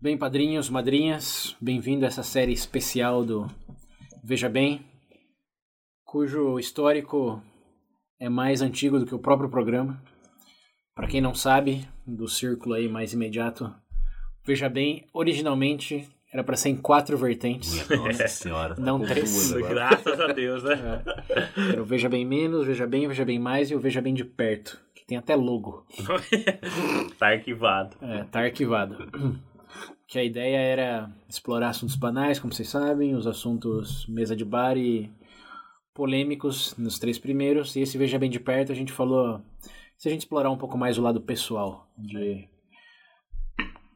Bem, padrinhos, madrinhas, bem-vindo a essa série especial do Veja Bem, cujo histórico é mais antigo do que o próprio programa. Para quem não sabe, do círculo aí mais imediato, Veja Bem, originalmente era para ser em quatro vertentes, Nossa senhora. tá não três. Graças a Deus, né? É. Era o Veja Bem Menos, Veja Bem, Veja Bem Mais e o Veja Bem de Perto, que tem até logo. tá arquivado. É, tá arquivado. Que a ideia era explorar assuntos banais, como vocês sabem, os assuntos mesa de bar e polêmicos nos três primeiros. E esse Veja Bem de Perto a gente falou. Se a gente explorar um pouco mais o lado pessoal, de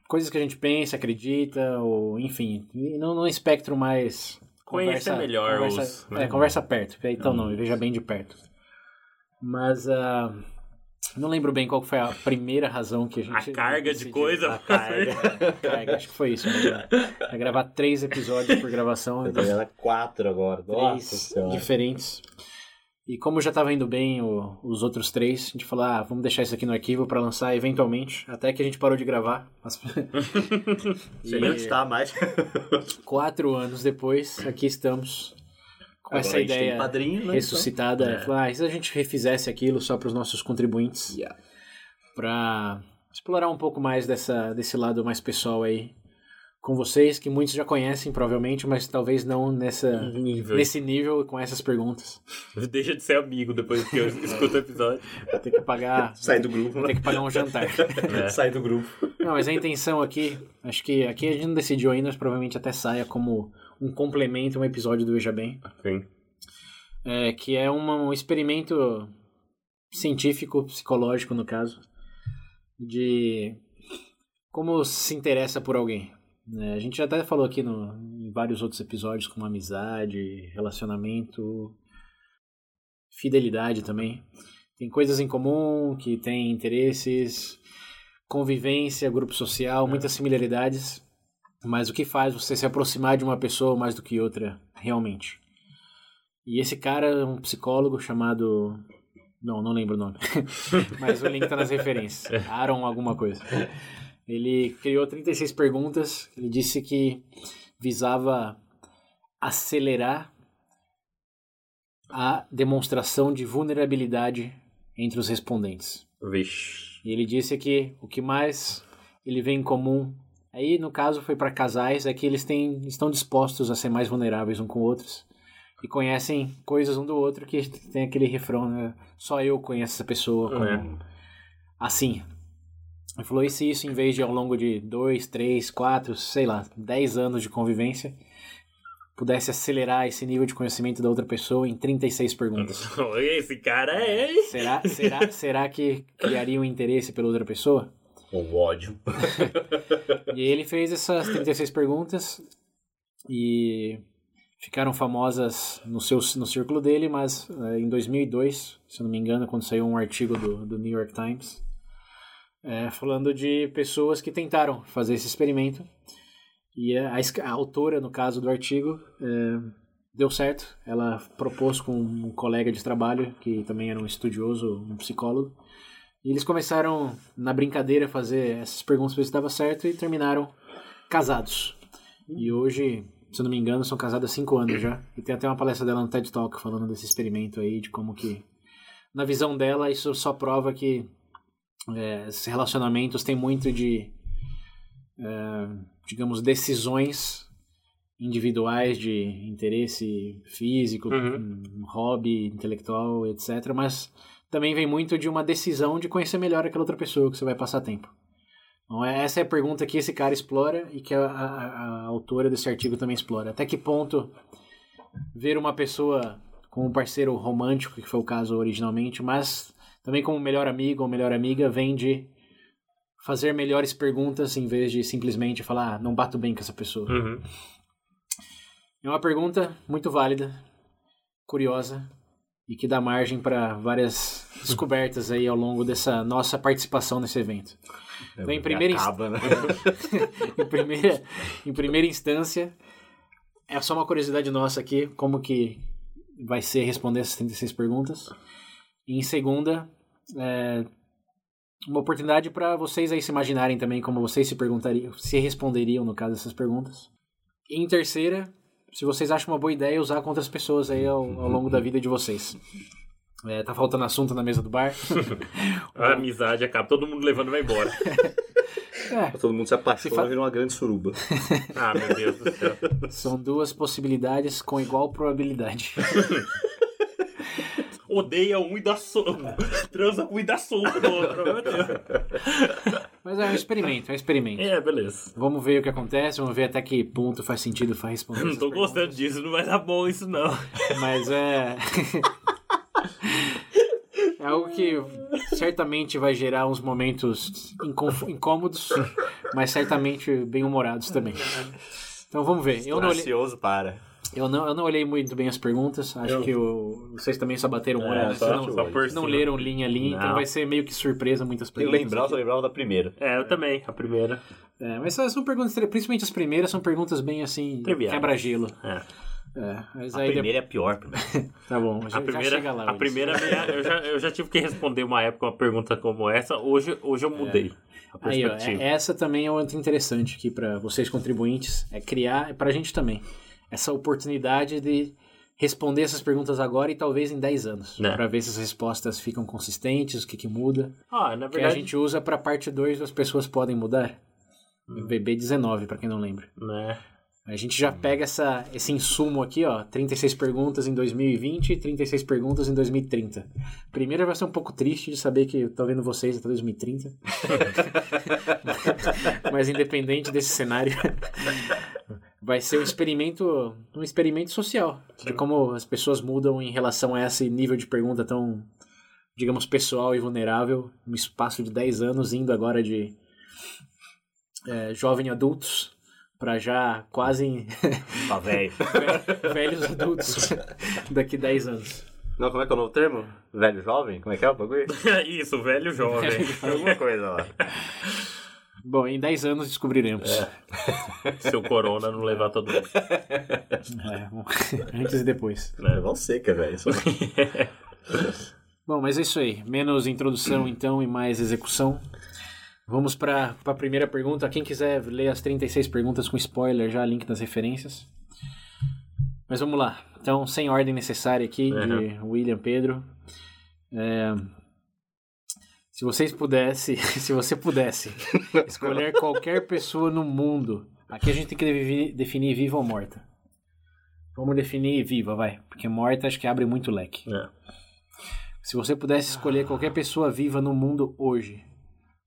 coisas que a gente pensa, acredita, ou enfim, e não num espectro mais. Conhecer melhor conversa, os- É, conversa perto. Então não, Veja Bem de Perto. Mas ah, não lembro bem qual que foi a primeira razão que a gente. A carga de decidiu. coisa. A carga. Carga, acho que foi isso. Né? Vai gravar três episódios por gravação, Eu então, tô vendo quatro agora. Nossa três senhora. diferentes. E como já tava indo bem o- os outros três, a gente falou, ah, vamos deixar isso aqui no arquivo pra lançar eventualmente, até que a gente parou de gravar. Mas- Você nem está mais. Quatro anos depois, aqui estamos com Agora essa a gente tem ideia padrinho, né? então? ressuscitada. É. Falar, ah, e se a gente refizesse aquilo só para os nossos contribuintes? Yeah. Pra explorar um pouco mais dessa, desse lado mais pessoal aí com vocês, que muitos já conhecem provavelmente, mas talvez não nessa, Uhum. Nível. nesse nível e com essas perguntas. Deixa de ser amigo depois que eu escuto o episódio. Vou ter que pagar, Sai do grupo, vou ter né? que pagar um jantar. É. Sai do grupo. Não, mas a intenção aqui, acho que aqui a gente não decidiu ainda, mas provavelmente até saia como um complemento, um episódio do Veja Bem. Sim. É, que é uma- um experimento científico, psicológico no caso, de como se interessa por alguém. né? A gente já até falou aqui no, em vários outros episódios, como amizade, relacionamento, fidelidade também. Tem coisas em comum, que tem interesses, convivência, grupo social, muitas similaridades. Mas o que faz você se aproximar de uma pessoa mais do que outra, realmente? E esse cara é um psicólogo chamado. Não, não lembro o nome. Mas o link tá nas referências. Aaron alguma coisa. Ele criou 36 perguntas. Ele disse que visava acelerar a demonstração de vulnerabilidade entre os respondentes. Vixe. E ele disse que o que mais ele vê em comum, aí no caso foi para casais, é que eles têm, estão dispostos a ser mais vulneráveis uns com outros e conhecem coisas um do outro que tem aquele refrão, né? Só eu conheço essa pessoa como É. assim. Ele falou, e se isso em vez de ao longo de dois, três, quatro, sei lá, dez anos de convivência, pudesse acelerar esse nível de conhecimento da outra pessoa em 36 perguntas? Esse cara é. hein? Será, será, será que criaria um interesse pela outra pessoa? O ódio. E ele fez essas 36 perguntas e ficaram famosas no, seu, no círculo dele, mas eh, em 2002, se eu não me engano, quando saiu um artigo do, do New York Times, eh, falando de pessoas que tentaram fazer esse experimento. E a, a esca- a autora, no caso do artigo, eh, deu certo. Ela propôs com um colega de trabalho, que também era um estudioso, um psicólogo, e eles começaram, na brincadeira, a fazer essas perguntas pra ver se dava certo e terminaram casados. E hoje, se eu não me engano, são casados há cinco anos já. E tem até uma palestra dela no TED Talk falando desse experimento aí, de como que, na visão dela, isso só prova que é, esses relacionamentos têm muito de, é, digamos, decisões individuais de interesse físico, um hobby intelectual, etc. Mas também vem muito de uma decisão de conhecer melhor aquela outra pessoa que você vai passar tempo. Então, é- essa é a pergunta que esse cara explora e que a, a- a autora desse artigo também explora. Até que ponto ver uma pessoa como um parceiro romântico, que foi o caso originalmente, mas também como melhor amigo ou melhor amiga, vem de fazer melhores perguntas em vez de simplesmente falar, ah, não bato bem com essa pessoa. Uhum. É uma pergunta muito válida, curiosa e que dá margem para várias descobertas aí ao longo dessa nossa participação nesse evento. Então, em primeira, inst- Acaba, né? em, primeira, em primeira instância, é só uma curiosidade nossa aqui, como que vai ser responder essas 36 perguntas. E em segunda, é, uma oportunidade para vocês aí se imaginarem também como vocês se perguntariam, se responderiam no caso essas perguntas. E em terceira, se vocês acham uma boa ideia usar contra as pessoas aí ao, ao longo da vida de vocês. É, tá faltando assunto na mesa do bar. Uhum. A amizade acaba, todo mundo levando vai embora. É, Todo mundo se apaixona Se e fa- vira uma grande suruba. Ah, meu Deus do céu. são duas possibilidades com igual probabilidade. Odeia um e dá soco. Transa com um e dá soco no outro. Meu Deus. Mas é um experimento, é um experimento. É, beleza. Vamos ver o que acontece, vamos ver até que ponto faz sentido faz responder. Não essas tô gostando disso, não vai dar bom isso não. perguntas, Mas é. é algo que certamente vai gerar uns momentos inconf- incômodos, mas certamente bem-humorados também. Então vamos ver. Eu não, olhei, Ansioso para. eu, não, eu não olhei muito bem as perguntas, acho que o- vocês também só bateram É, olho, né? só- vocês não, só por vocês não cima. leram linha a linha, então tá. Não. vai ser meio que surpresa muitas Eu perguntas. lembrava, só lembrava da primeira. É, eu também, a primeira. É, mas são perguntas, principalmente as primeiras, são perguntas bem assim, Triviais. quebra-gelo. É. É, mas A aí depois. primeira é a pior. primeiro. Tá bom, já, A já primeira, chega lá. a Wilson. primeira é meia- eu, já, eu já tive que responder uma época uma pergunta como essa. Hoje, hoje eu mudei É. a Aí, ó, perspectiva. é- essa também é outra interessante aqui pra vocês contribuintes, é criar, é pra gente também, essa oportunidade de responder essas perguntas agora e talvez em 10 anos, Né. Pra ver se as respostas ficam consistentes, o que que muda, Ah, na que a verdade, gente usa pra parte 2 as pessoas podem mudar. Hum. BB19, pra quem não lembra. né? A gente já pega essa, esse insumo aqui, ó. 36 perguntas em 2020 e 36 perguntas em 2030. Primeiro vai ser um pouco triste de saber que eu tô vendo vocês até 2030. Mas independente desse cenário, vai ser um experimento, um experimento social. De como as pessoas mudam em relação a esse nível de pergunta tão, digamos, pessoal e vulnerável. Um espaço de 10 anos indo agora de eh, jovem adultos para já quase Tá velho. velhos adultos daqui 10 anos. Não, como é que é o novo termo? Velho jovem? Como é que é o bagulho? Isso, velho jovem. Alguma coisa lá. Bom, em 10 anos descobriremos. Se o corona não levar todo mundo. É, bom, antes e depois. É igual seca, velho. Só- Bom, mas é isso aí. Menos introdução então e mais execução. Vamos para a primeira pergunta. Quem quiser ler as 36 perguntas com spoiler, já link nas referências. Mas vamos lá. Então, sem ordem necessária aqui, de William Pedro. É, Se vocês pudessem, se você pudesse escolher qualquer pessoa no mundo, aqui a gente tem que devi- definir viva ou morta. Vamos definir viva, vai, porque morta acho que abre muito leque. É. Se você pudesse escolher qualquer pessoa viva no mundo hoje,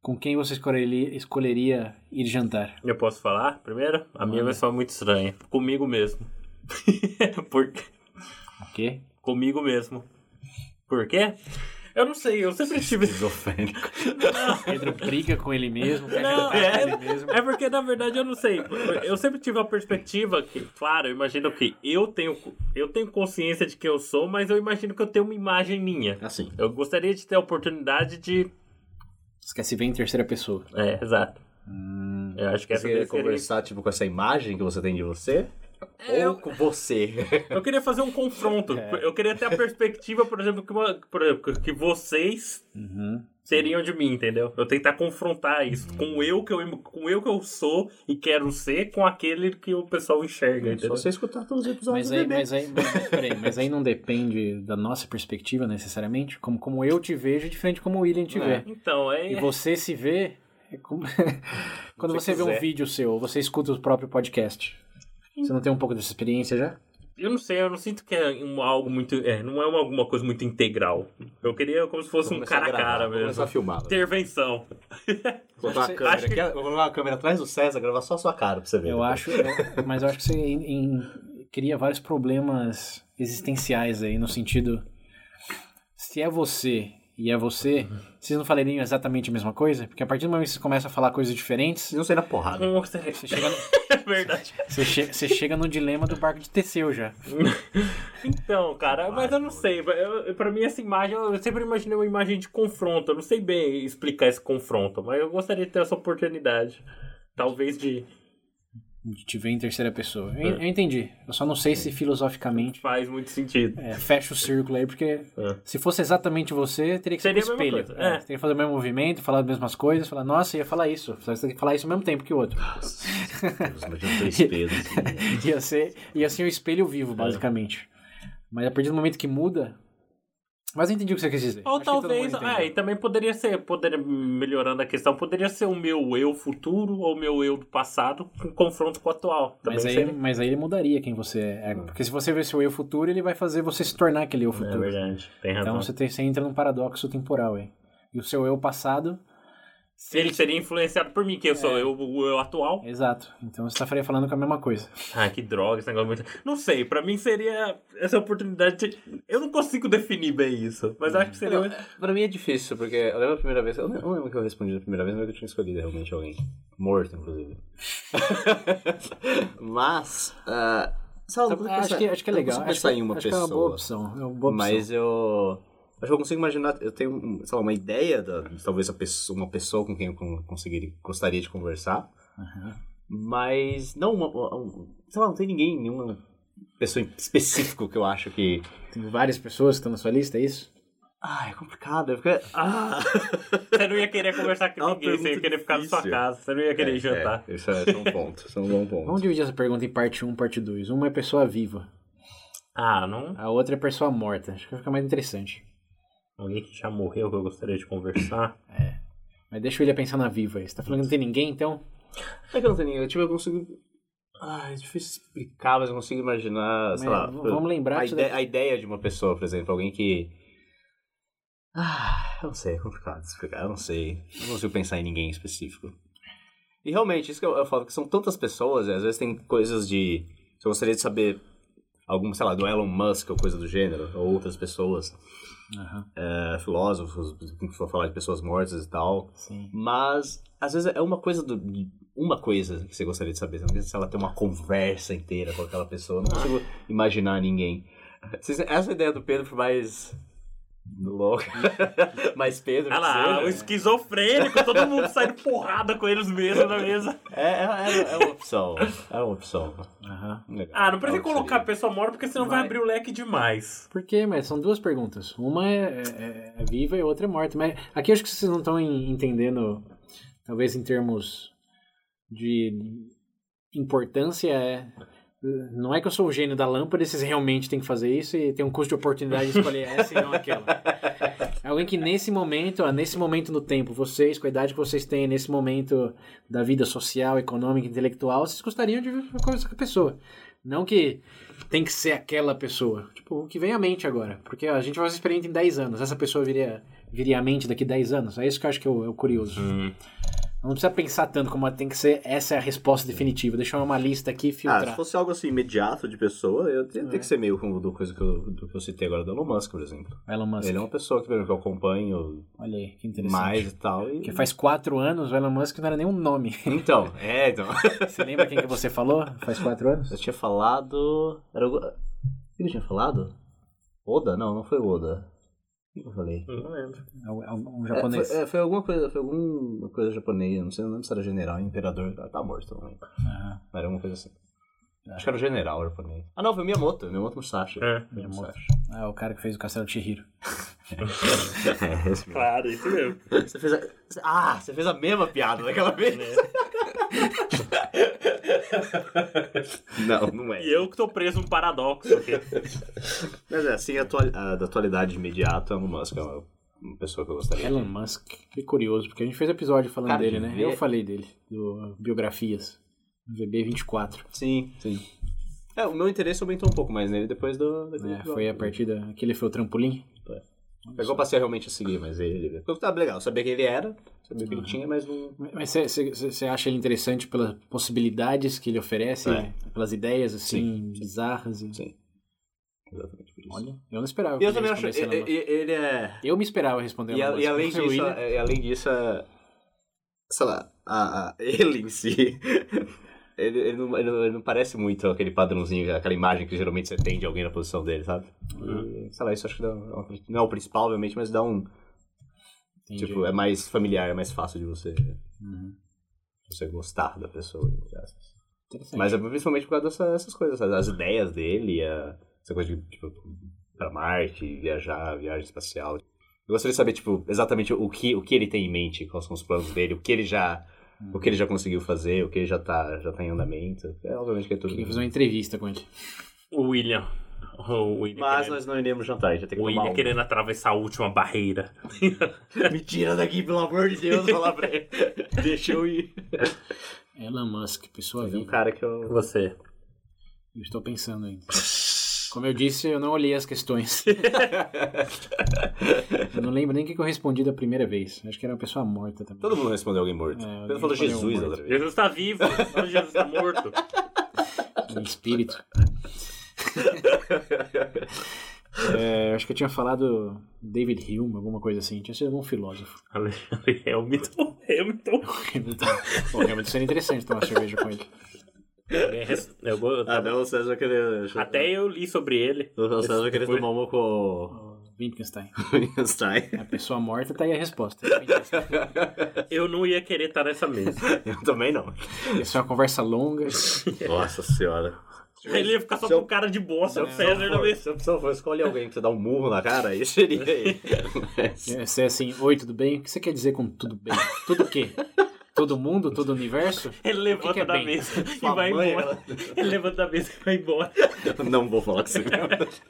com quem você escolheria, escolheria ir jantar? Eu posso falar primeiro? A minha vai soar muito estranha. Comigo mesmo. Porque. Ok? Comigo mesmo. Por quê? Eu não sei, eu sempre tive. Esquizofrênico. Pedro briga com ele mesmo, quer Não, jantar é, com ele mesmo. é porque na verdade eu não sei. Eu sempre tive a perspectiva que, claro, eu imagino que eu tenho, eu tenho consciência de que eu sou, mas eu imagino que eu tenho uma imagem minha. Assim. Eu gostaria de ter a oportunidade de. Esquece bem em terceira pessoa. É, exato. eu acho Você que essa queria daí seria- conversar, tipo, com essa imagem que você tem de você? É, Ou com você? Eu queria fazer um confronto. É. Eu queria ter a perspectiva, por exemplo, que, uma- por exemplo, que vocês Uhum. seriam de mim, entendeu? Eu tentar confrontar isso com eu que eu com eu que eu sou e quero ser com aquele que o pessoal enxerga, Só entendeu? você escutar todos os Mas episódios do aí, bebê. mas, aí, mas, peraí, mas aí não depende da nossa perspectiva necessariamente. Como, como eu te vejo é diferente de como o William te vê. Então, é E você se vê. é como- Quando Se você vê um quiser. vídeo seu, ou você escuta o próprio podcast. Você não tem um pouco dessa experiência já? Eu não sei, eu não sinto que é um, algo muito. É, não é uma, alguma coisa muito integral. Eu queria como se fosse um cara a cara Vou começar mesmo. a filmar. né? Intervenção. Vou botar uma Acho câmera que- aqui, vou colocar uma câmera atrás do César, gravar só a sua cara pra você ver. Eu acho, eu- mas eu acho que você em- em- cria vários problemas existenciais aí, no sentido. Se é você e é você, vocês não falariam exatamente a mesma coisa? Porque a partir do momento que vocês começam a falar coisas diferentes, Não sei na porrada. Nossa, você chega, no- é verdade. você che- você chega no dilema do barco de Teseu já. Então, cara, mas eu não sei. Eu, pra mim, essa imagem, eu sempre imaginei uma imagem de confronto. Eu não sei bem explicar esse confronto, mas eu gostaria de ter essa oportunidade. Talvez de. de te ver em terceira pessoa. Eu, É. eu entendi. Eu só não sei se filosoficamente Faz muito sentido. é, fecha o círculo aí, porque É. se fosse exatamente você, teria que Seria ser a um mesma espelho. coisa, é. É, teria que fazer o mesmo movimento, falar as mesmas coisas, falar, nossa, ia falar isso. Você tem que falar isso ao mesmo tempo que o outro. Deus, imagina dois pesos. assim. ia, ser, ia ser um espelho vivo, basicamente. Mas a partir do momento que muda. Mas eu entendi o que você quis dizer. Ou Acho que todo talvez. é, mundo Ah, entende. e também poderia ser, poderia, melhorando a questão, poderia ser o meu eu futuro ou o meu eu do passado em confronto com o atual. Também mas, aí, seria. mas aí ele mudaria quem você é. Hum. Porque se você ver seu eu futuro, ele vai fazer você se tornar aquele eu É futuro. verdade. Tem razão. então você, tem- você entra num paradoxo temporal aí. E o seu eu passado. Ele seria influenciado por mim, que eu sou eu, o eu atual. Exato. Então você estaria falando com a mesma coisa. Ah, que droga, esse negócio muito. Não sei, pra mim seria essa oportunidade. de- Eu não consigo definir bem isso, mas acho que seria. Não, pra mim é difícil, porque eu lembro a primeira vez. Eu não lembro o que eu respondi da primeira vez, mas eu tinha escolhido realmente alguém. Morto, inclusive. mas. ah, sei lá, eu não consigo acho, pensar- que, acho que é eu não legal. consigo Acho, pensar que- em uma acho que é pessoa. uma boa opção. É uma boa opção. Mas eu. Acho que eu consigo imaginar. Eu tenho, sei lá, uma ideia da. Talvez a pessoa- uma pessoa com quem eu con- conseguiria, gostaria de conversar. Mas. Não, uma, um- sei lá, não tem ninguém, nenhuma pessoa em específico que eu acho que. Tem várias pessoas que estão na sua lista, é isso? Ah, é complicado. Eu fico- Ah! Você não ia querer conversar com É uma ninguém, você ia pergunta querer ficar na sua difícil. casa, você não ia querer jantar. É, isso é isso é um ponto. Isso é um bom Vamos ponto. dividir essa pergunta em parte 1 parte 2. Uma é pessoa viva. Ah, não. A outra é pessoa morta. Acho que vai ficar mais interessante. Alguém que já morreu que eu gostaria de conversar. Mas deixa o William pensar na viva aí. Você tá falando que não tem ninguém, então? É que eu não tenho ninguém. Tipo, eu consigo. Ah, é difícil explicar, mas eu consigo imaginar, Tá, sei Mas lá. É, v- vamos lembrar a, disso ide- daqui. a ideia de uma pessoa, por exemplo, alguém que. Ah, eu não sei, é complicado de explicar, eu não sei. Eu não consigo pensar em ninguém em específico. E realmente, isso que eu, eu falo, que são tantas pessoas, e às vezes tem coisas de. Se eu gostaria de saber algum, sei lá, do Elon Musk ou coisa do gênero, ou outras pessoas, eh, filósofos, que for falar de pessoas mortas e tal. Sim. Mas, às vezes, é uma coisa do. Uma coisa que você gostaria de saber. Você não precisa, sei lá, ter uma conversa inteira com aquela pessoa. Eu não consigo imaginar ninguém. Vocês- Essa é ideia do Pedro foi mais. louca. mais Pedro. Ah lá, que o seja. né? esquizofrênico, todo mundo saindo porrada com eles mesmo na mesa. é, é, é, é uma opção. É uma opção. Aham. Legal. Ah, não precisa Algo que colocar a seria. pessoa morta porque senão vai, Vai. abrir o leque demais. Por quê? Mas são duas perguntas. Uma é, é- é viva e a outra é morta. Mas aqui eu acho que vocês não estão en- entendendo, talvez em termos de importância, é. Não é que eu sou o gênio da lâmpada e vocês realmente têm que fazer isso e tem um custo de oportunidade de escolher essa e não aquela. É Alguém que nesse momento, ó, nesse momento no tempo, vocês, com a idade que vocês têm, nesse momento da vida social, econômica, intelectual, vocês gostariam de conversar com a pessoa. Não que tem que ser aquela pessoa. Tipo, o que vem à mente agora. Porque ó, a gente vai fazer experiência em 10 anos. Essa pessoa viria, viria à mente daqui 10 anos. É isso que eu acho que é o, é o curioso. Uhum. Não precisa pensar tanto como tem que ser. Essa é a resposta definitiva. Deixa eu uma lista aqui e Ah, se filtrar. fosse algo assim imediato de pessoa, eu tenho, É. que ser meio como do coisa que eu, do que eu citei agora do Elon Musk, por exemplo. Elon Musk. Ele é uma pessoa que, por exemplo, eu acompanho Olha aí, que interessante. mais e tal. E... Porque faz 4 anos o Elon Musk não era nem um nome. Então, é, então. Você lembra quem que você falou faz 4 anos? Eu tinha falado. Era o. O que eu tinha falado? Oda? Não, não foi o Oda. O que que eu falei? Não lembro. É um- é um É, japonês. foi- é, foi, alguma coisa, foi alguma coisa japonesa, não sei, não lembro se era general, imperador, tá- tá morto, não lembro. Aham. Era alguma coisa assim. Acho que era o general japonês. Ah não, foi Miyamoto, Miyamoto Musashi. É. Miyamoto. Musashi. Ah, o cara que fez o Castelo de Chihiro. É, esse mesmo. Claro, isso mesmo. Você fez a... Ah, você fez a mesma piada daquela vez. não, não é. E eu que tô preso num paradoxo aqui. Mas é, assim, a atual- a da atualidade imediata, Elon Musk é uma, uma pessoa que eu gostaria. Elon Musk. Que curioso, porque a gente fez episódio falando Cara, dele, de né? ver- Eu falei dele, do Biografias. VB24. Sim, sim. É, o meu interesse aumentou um pouco mais nele depois do... daquele É, episódio. foi a partida. Aquele foi o trampolim. Pegou passei a realmente a seguir, mas ele... Porque Tá legal, sabia quem ele era, sabia o que ele tinha, mas não... Uhum. Mas você acha ele interessante pelas possibilidades que ele oferece, É. pelas ideias assim, bizarras. e- Sim. Exatamente por isso. Olha, eu não esperava. que E eu ele também acho... respondesse Elon Ele, Musk. ele é... Eu me esperava responder E, a- Elon e Musk. além Você, disso, William? e além disso, é- sei lá, a, a- ele em si... Ele, ele não, ele não- ele não parece muito aquele padrãozinho, aquela imagem que geralmente você tem de alguém na posição dele, sabe? Uhum. E, sei lá, isso acho que dá um- não é o principal, obviamente, mas dá um, Entendi. Tipo, é Uhum. mais familiar, é mais fácil de você. Você gostar da pessoa, entre aspas. Mas é principalmente por causa dessa- dessas coisas, sabe? as ideias dele, a- essa coisa de, tipo, pra Marte, viajar, viagem espacial. Eu gostaria de saber, tipo, exatamente o que, o que ele tem em mente, quais são os planos dele, o que ele já... O que ele já conseguiu fazer, o que ele já tá, já tá em andamento. É, obviamente que é tudo. Queria fazer uma entrevista com ele. O William. O William, Mas né? querendo, nós não iremos jantar, a gente vai ter que o tomar William querendo atravessar a última barreira. um. Me tira daqui, pelo amor de Deus, falar pra ele. Deixa eu ir. Elon Musk, pessoa Um viva. cara que eu... Você. Eu estou pensando ainda. Como eu disse, eu não olhei as questões. eu não lembro nem o que que eu respondi da primeira vez. Acho que era uma pessoa morta também. Todo mundo respondeu É, alguém morto. alguém Pedro falou respondeu Jesus morto. outra vez. Jesus tá vivo, não Jesus tá morto. Um espírito. É, eu acho que eu tinha falado David Hume, alguma coisa assim. Tinha sido algum filósofo. é Hamilton. Hamilton. Bom, realmente seria interessante tomar cerveja com ele. Alguém é res- eu go- eu tava- Até Ah, o César vai querer. Até eu li sobre ele. O César vai querer Foi- tomar uma com Wittgenstein. o Einstein. A pessoa morta tá aí a resposta. Isso Eu não ia querer estar nessa mesa. Eu também não. é uma conversa longa. Nossa senhora. Ele ia ficar só Seu- com cara de bosta do Se César na mesa. a opção for Então, escolher alguém pra você dar um murro na cara, isso seria ele. É, Você é assim, oi, tudo bem? O que você quer dizer com tudo bem? Tudo o quê? Todo mundo? Todo o universo? Ele que que levanta é da bem? mesa e Sua vai mãe, embora. Ele levanta da mesa e vai embora. Não vou falar com você.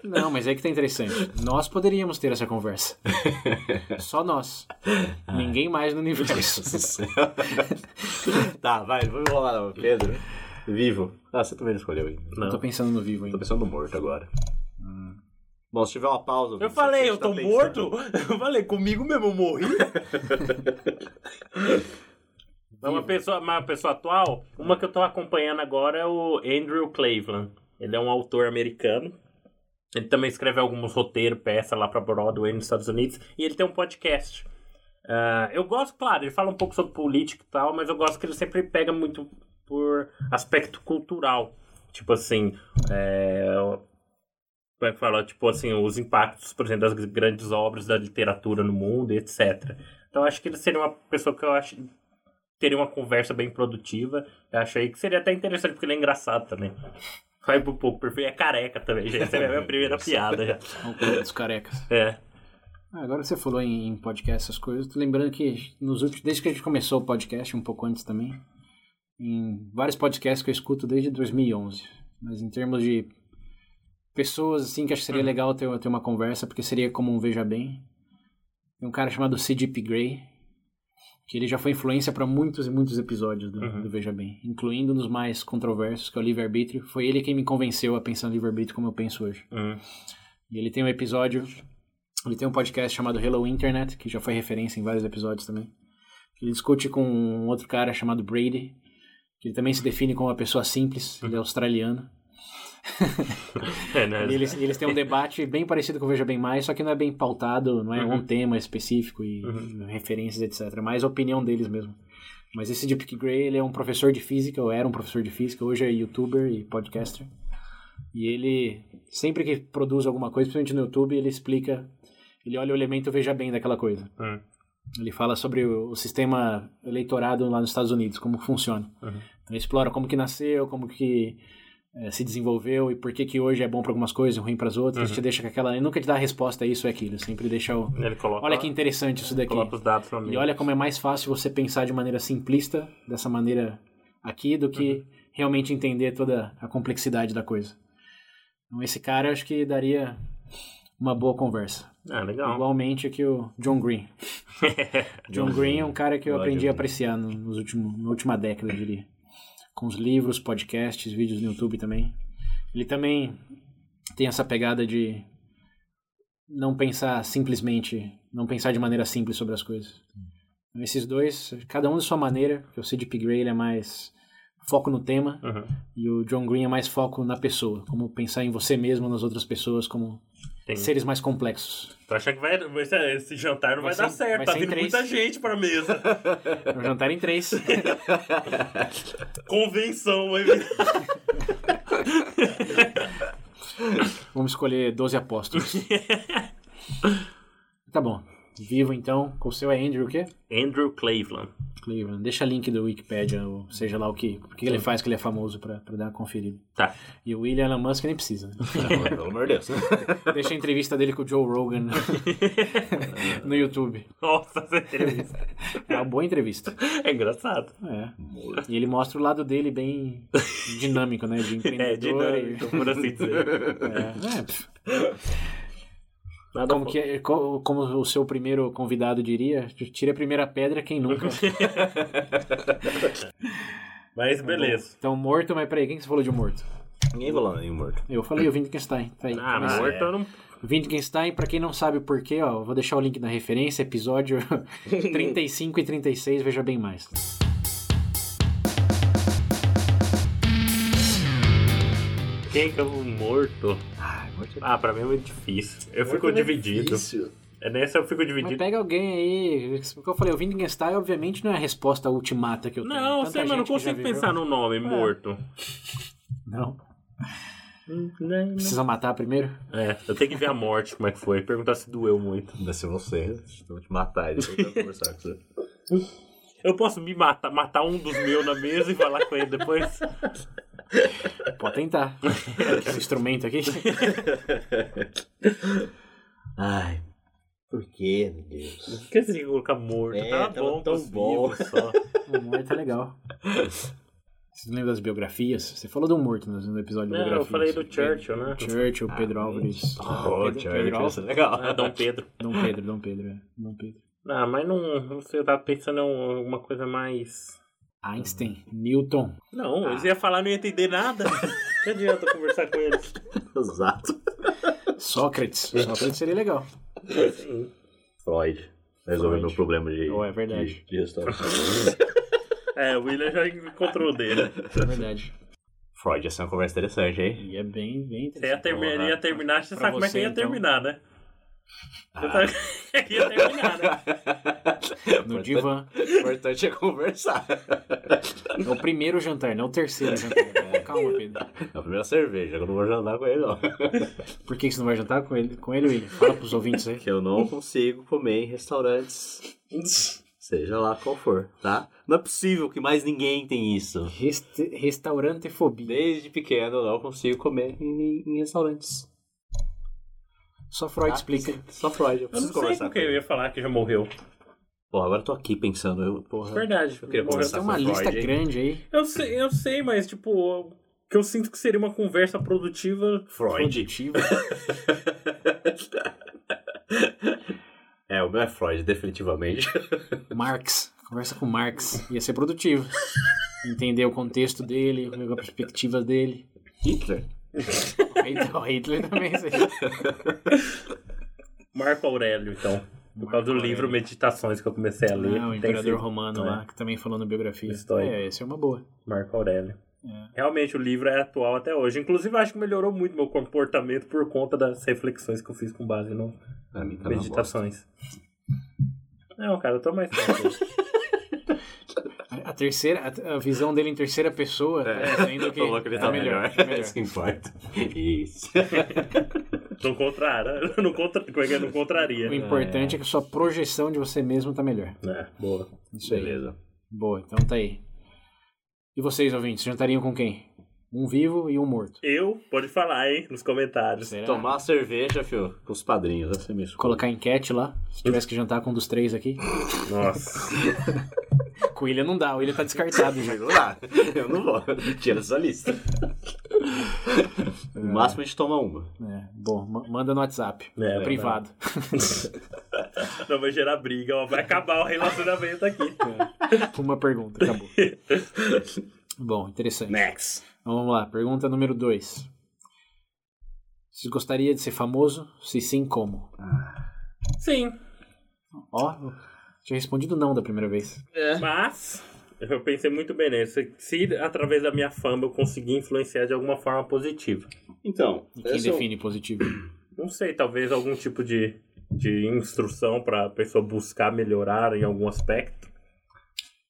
Não, mas é que tá interessante. Nós poderíamos ter essa conversa. Só nós. Ninguém mais no universo. tá, vai, vou enrolar não. Pedro. Vivo. Ah, você também não escolheu ele. Eu tô pensando no vivo Tô ainda. pensando no morto agora. Bom, se tiver uma pausa. Eu você falei, eu tá tô pensando- morto? Eu falei, comigo mesmo eu morri? Mas uma pessoa, mas uma pessoa atual, uma que eu tô acompanhando agora é o Andrew Cleveland. Ele é um autor americano. Ele também escreve alguns roteiros, peça lá pra Broadway nos Estados Unidos. E ele tem um podcast. Ah, eu gosto, claro, ele fala um pouco sobre política e tal, mas eu gosto que ele sempre pega muito por aspecto cultural. Tipo assim, é, como é que fala, tipo assim, os impactos, por exemplo, das grandes obras da literatura no mundo, e etc. Então acho que ele seria uma pessoa que eu acho teria uma conversa bem produtiva. Eu achei que seria até interessante porque ele é engraçado também. Vai pro pouco perfil, é careca também, gente. Essa é a minha primeira piada já. Olha o clube dos carecas. É. Ah, Agora que você falou em em podcast, essas coisas, tô lembrando que nos últimos, desde que a gente começou o podcast, um pouco antes também, em vários podcasts que eu escuto desde 2011. Mas em termos de pessoas, assim, que acho que seria legal ter, ter uma conversa, porque seria como um Veja Bem. Tem um cara chamado CDP Grey, que ele já foi influência para muitos e muitos episódios do, do Veja Bem, incluindo nos mais controversos, que é o Livre Arbítrio. Foi ele quem me convenceu a pensar no Livre Arbítrio como eu penso hoje. Hum. E ele tem um episódio, ele tem um podcast chamado Hello Internet, que já foi referência em vários episódios também. Ele discute com um outro cara chamado Brady, que ele também se define como uma pessoa simples, ele é australiano. É, né? E eles, e eles têm um debate bem parecido com o Veja Bem Mais, só que não é bem pautado, não é um tema específico e referências, etc. É mais a opinião deles mesmo. Mas esse Deep Gray, ele é um professor de física, ou era um professor de física, hoje é youtuber e podcaster. E ele, sempre que produz alguma coisa, principalmente no YouTube, ele explica, ele olha o elemento Veja Bem daquela coisa. Hum. Ele fala sobre o, o sistema eleitorado lá nos Estados Unidos, como funciona. Então, Ele explora como que nasceu, como que eh, se desenvolveu e por que que hoje é bom para algumas coisas e ruim para as outras. Ele te deixa com aquela, ele nunca te dá a resposta a isso ou é aquilo, ele sempre deixa o Ele coloca, Olha que interessante isso daqui. coloca os dados pra mim. E olha como é mais fácil você pensar de maneira simplista, dessa maneira aqui, do que realmente entender toda a complexidade da coisa. Então esse cara eu acho que daria uma boa conversa. Ah, legal. Igualmente que o John Green. John Green é um cara que eu Olá, aprendi John. a apreciar no- nos últimos, na última década, eu diria. Com os livros, podcasts, vídeos no YouTube também. Ele também tem essa pegada de não pensar simplesmente, não pensar de maneira simples sobre as coisas. Então, esses dois, cada um de sua maneira, que o Sid P. Gray ele é mais foco no tema Uhum. e o John Green é mais foco na pessoa, como pensar em você mesmo, nas outras pessoas, como Entendi. seres mais complexos. Tô achando Então, que vai, vai ser- esse jantar não vai, Vai dar ser- um- certo. vai Tá ser em vindo três. muita gente pra mesa. É um jantar em três. Convenção, vai vir. Vamos escolher 12 apóstolos. tá bom. vivo então. O seu é Andrew o quê? Andrew Cleveland. Cleveland. Deixa link do Wikipedia, ou seja lá o que, o que ele faz, que ele é famoso pra, pra dar uma conferida. Tá. E o William Elon Musk nem precisa. né? Não, pelo amor de Deus. Deixa a entrevista dele com o Joe Rogan no YouTube. Nossa, essa entrevista. É uma boa entrevista. É engraçado. É. E ele mostra o lado dele bem dinâmico, né? De empreendedor. É, dinâmico, por assim dizer. e- é, é, pff. Nada como, que, é- co- como o seu primeiro convidado diria, tira a primeira pedra quem nunca. Mas beleza. Então, morto, mas peraí, quem que você falou de morto? Ninguém falou nada de morto. Eu falei o Wittgenstein. Tá aí. Ah, Mas- morto eu não. Wittgenstein, pra quem não sabe o porquê, ó, eu vou deixar o link na referência, episódio 35 e 36, veja bem mais. Quem que é o morto? Ai, morto Ah, pra mim é muito difícil. Eu fico Morto é dividido. difícil. É nessa eu fico Mas dividido. pega alguém aí, porque eu falei, o Wittgenstein obviamente não é a resposta ultimata que eu tenho. Não, Tanta sei, mas eu não gente que já consigo viveu. pensar no nome, morto. Não, precisa matar primeiro? É, eu tenho que ver a morte, como é que foi. Perguntar se doeu muito. Vai ser você. Eu vou te matar. Depois eu quero conversar com você. Eu posso me matar, matar um dos meus na mesa e falar com ele depois? Pode tentar. Esse instrumento aqui. Ai, por que, meu Deus? Por que você tinha que colocar morto? É, tá tava bom, tão pros bom. vivos Só. O morto é legal. Você lembra das biografias? Você falou do morto no no episódio de Não, eu biografias. falei do Churchill, né? Churchill, Pedro Álvares. Ah, Oh, Pedro- Churchill, Pedro isso é Álvares. legal. Ah, Dom Pedro. Dom Pedro, Dom Pedro, é. Dom Pedro. Ah, mas não. não sei, Eu tava pensando em alguma coisa mais. Einstein, Newton. Não, eles iam falar, não ia entender nada. Que adianta conversar com eles? Exato. Sócrates. Sócrates seria legal. Sim. Freud. Resolveu Freud. meu problema de, Oh, é verdade. de, de restauração. É, o William já encontrou o dele. É verdade. Freud, essa é uma conversa interessante, hein? E é bem, bem Você ia, interessante. terminar, ia terminar, você Pra sabe como é que você, ia então. terminar, né? Você sabe é que ia terminar, né? No divã. O importante é conversar. É o primeiro jantar, não o terceiro jantar. Calma, Pedro. É a primeira cerveja, que eu não vou jantar com ele, não. Por que que você não vai jantar com ele, com ele William? Fala pros ouvintes aí. Que eu não consigo comer em restaurantes. Seja lá qual for, tá? Não é possível que mais ninguém tem isso. Reste, restaurantefobia. Desde pequeno eu não consigo comer em, em restaurantes. Só Freud explica. Ah, Só Freud, eu Eu preciso não sei conversar com com quem eu ele. ia falar que já morreu. Porra, agora eu tô aqui pensando, eu, porra. Verdade. Eu queria Você tem conversar uma com lista Tá Freud, hein? grande aí. Eu sei, eu sei, mas tipo, que eu sinto que seria uma conversa produtiva. Freud. Produtiva. É, o meu é Freud, definitivamente. Marx. Conversa com Marx. Ia ser produtivo. Entender o contexto dele, a perspectiva dele. Hitler. Então, Hitler também seria. Marco Aurélio, então. Por causa do livro Meditações que eu comecei a ler. Não, o Tem imperador esse- romano É, né? lá, que também falou na biografia. Histórico. É, essa é uma boa. Marco Aurélio. Realmente, o livro é atual até hoje. Inclusive, eu acho que melhorou muito meu comportamento por conta das reflexões que eu fiz com base no A mim tá na bosta. Meditações. Não, cara, eu tô mais tranquilo. A, a terceira, a, a visão dele em terceira pessoa, tá dizendo que Falou que É. ele tá melhor. tá melhor. Isso que importa. Isso. Não contrária. Não, contra... como é que é? não contraria. O importante é. que a sua projeção de você mesmo tá melhor. É, boa. Isso aí. Beleza. Boa, então tá aí. E vocês, ouvintes, jantariam com quem? Um vivo e um morto. Eu, pode falar, hein, nos comentários. Será? Tomar cerveja, fio, com os padrinhos, vai ser mesmo. Colocar enquete lá, se tivesse que jantar com um dos três aqui. Nossa. Com o William não dá, o William tá descartado já. Não dá. Eu não vou. Tira essa lista. No máximo a gente toma uma. É, bom, ma- manda no WhatsApp, É, privado. Não vai gerar briga, ó. Vai acabar o relacionamento aqui. Uma pergunta, acabou. bom, interessante. Next. Então, vamos lá, pergunta número 2. Você gostaria de ser famoso? Se sim, como? Sim. Ó, tinha respondido não da primeira vez. É. Mas eu pensei muito bem nisso. Se através da minha fama eu conseguir influenciar de alguma forma positiva. Então, E quem define positivo? Não sei, talvez algum tipo de, de instrução pra pessoa buscar melhorar em algum aspecto.